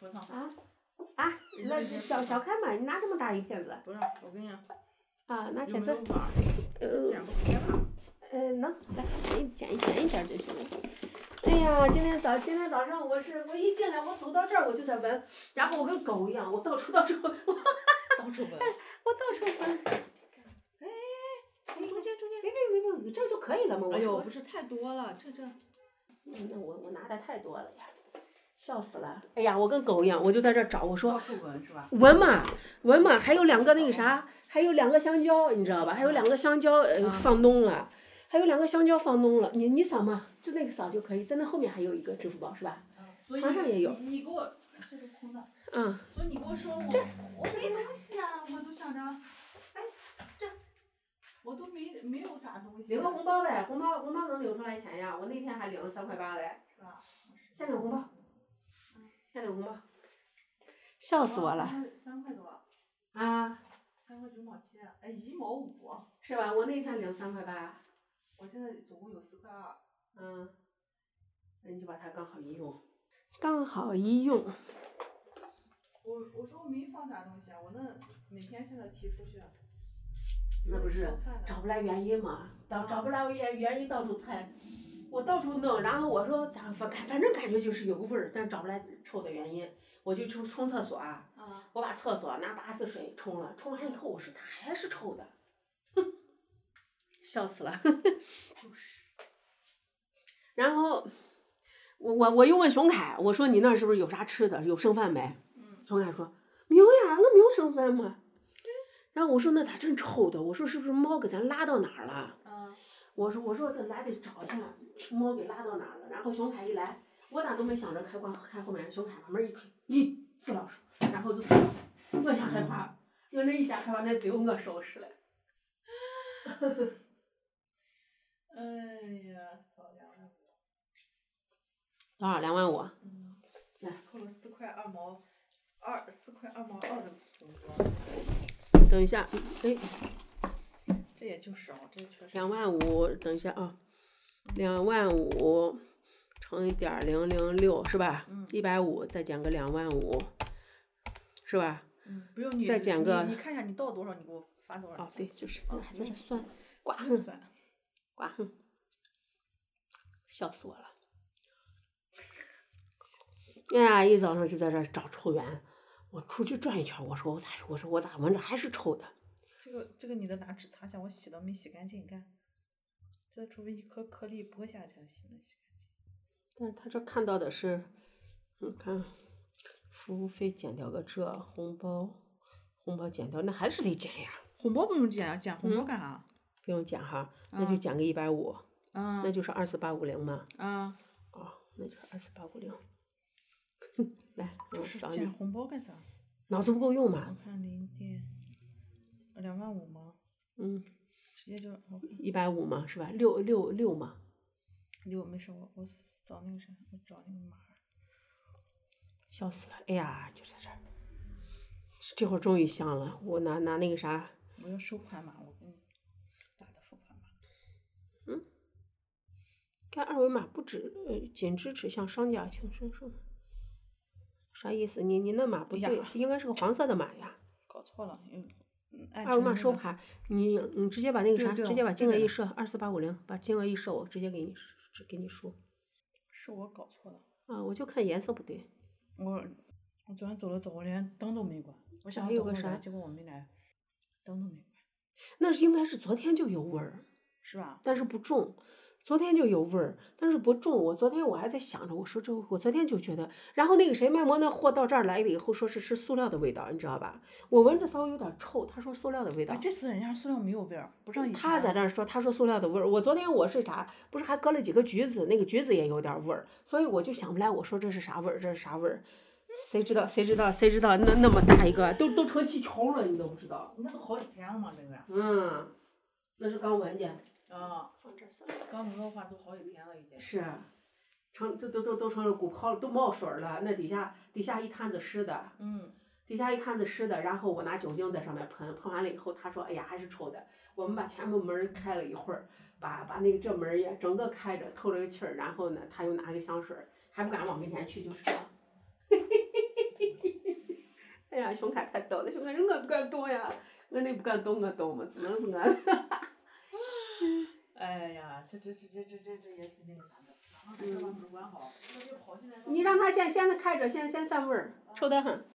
不烫，啊啊，那嚼嚼开嘛，你拿这么大一片子不是，我跟你讲，啊？拿有钳没子有，碗儿？呃剪不开吧？呃，能，来剪一剪一剪一点儿就行了。哎呀，今天早今天早上我是我一进来，我走到这儿我就在闻，然后我跟狗一样，我到处到处我到处闻。到处闻，中间中间。别别别别，这就可以了嘛。我哎呦，说不是太多了，这这。嗯那我我拿的太多了呀，笑死了！哎呀，我跟狗一样，我就在这儿找，我说到处闻是吧？文嘛文嘛，还有两个那个啥，还有两个香蕉，你知道吧？还有两个香蕉呃啊放冬了，还有两个香蕉放冬了。你你扫嘛，就那个扫就可以，在那后面还有一个支付宝是吧？所以床上也有你你给我这是空的，嗯，所以你跟我说我我没东西啊，我都想着，哎，这我都没没有啥东西。领个红包呗，红包红包能领出来钱呀？我那天还领了三块八嘞，是吧？嗯先领红包，先领红包，笑死我了三块！三块多，嗯啊！三块九毛七，哎，一毛五。是吧？我那天领三块八，我现在总共有四块二。嗯，那你就把它刚好一用，刚好一用。我我说我没放啥东西啊，我那每天现在提出去。那不是烧饭的找不来原因嘛，到找不来原原因到处猜，我到处弄，然后我说咋反反正感觉就是有个味儿，但是找不来臭的原因，我就冲冲厕所啊，啊，我把厕所拿八四水冲了，冲完以后我说咋还是臭的，哼，笑死了。然后我我我又问熊凯，我说你那儿是不是有啥吃的，有剩饭没？嗯熊凯说没有呀，那没有剩饭嘛。然后我说那咋真臭的？我说是不是猫给咱拉到哪儿了？啊，我说我说这咱得找一下猫给拉到哪儿了。然后熊凯一来，我咋都没想着开关开后面，熊凯把门一推，咦，死老鼠，然后就死了。我也害怕，我那一下害怕，那只有我收拾了。哎呀，操两万五，多少？啊两万五？嗯，来扣了四块二毛二，四块二毛二的红包，等一下，哎，这也就少，这确实。两万五，等一下啊，两万五乘以点零零六是吧？嗯一百五再减个两万五，是吧？嗯，不用你再减个你，你看一下你到多少，你给我发多少。哦，对，就是，哦我还在这算，刮算，哼算。刮哼，笑死我了。哎呀，一早上就在这儿找臭源，我出去转一圈儿，我说我咋我说我咋闻着还是臭的。这个这个你得拿纸擦一下，我洗的没洗干净，你看，这除非一颗颗粒剥下才能洗能洗干净。但是他这看到的是，你看，服务费减掉个这，红包，红包减掉，那还是得减呀，红包不用剪啊，剪红包嗯干啥？不用减哈，那就啊减个一百五，啊那就是二四八五零嘛，啊，哦，那就是二四八五零。 来，我就是扫剪你，红包干啥？脑子不够用我嘛？看零点两万五吗？嗯，直接就我看一百五嘛，是吧？六六六嘛，六没事，我我找那个啥，我找那个码儿。笑死了！哎呀，就在这儿，这会儿终于香了，我拿拿那个啥，我要收款码，我给你打的付款码。该二维码不止，呃，仅支持向商家请伸手。啥意思？你你那码不哎呀对，应该是个黄色的码呀。搞错了，嗯嗯，按二维成码那收个盘，你你直接把那个对啥，对哦直接把对金额的一设，二四八五零，把金额一设，我直接给你只给你输。是我搞错了。啊，我就看颜色不对。我我昨天走了走，我连灯都没关，我想还要有等个会儿来啥结果我没来，灯都没关，那是应该是昨天就有味儿，是吧？但是不重。昨天就有味儿，但是不重。我昨天我还在想着，我说这我昨天就觉得，然后那个谁卖馍那货到这儿来了以后，说是是塑料的味道，你知道吧？我闻着稍微有点臭，他说塑料的味道。哎，这次人家塑料没有味儿，不像以前。他在那儿说，他说塑料的味儿。我昨天我是啥，不是还割了几个橘子，那个橘子也有点儿味儿，所以我就想不来，我说这是啥味儿，这是啥味儿？谁知道？谁知道？谁知道？那那么大一个，都都成气球了，你都不知道。那都好几天了嘛，这个。嗯，那是刚闻见。啊，放这儿算刚没的话都好几天了已经。是，啊成这都都都成了骨泡了，都冒水儿了。那底下底下一摊子湿的，嗯，底下一摊子湿的，然后我拿酒精在上面喷，喷完了以后，他说：“哎呀，还是臭的。”我们把全部门儿开了一会儿，把把那个这门儿也整个开着， 透了个气儿。然后呢，他又拿了个香水儿，还不敢往跟前去，就是这样。哎呀，熊凯太逗了，熊凯说我不敢动呀，我那不敢动，我动嘛，只能是俺。哎呀，这这这这这这这也挺那个啥嗯的，然后这把门关好，那就跑进来吧。你让他先先开着，先先散味儿，臭得很。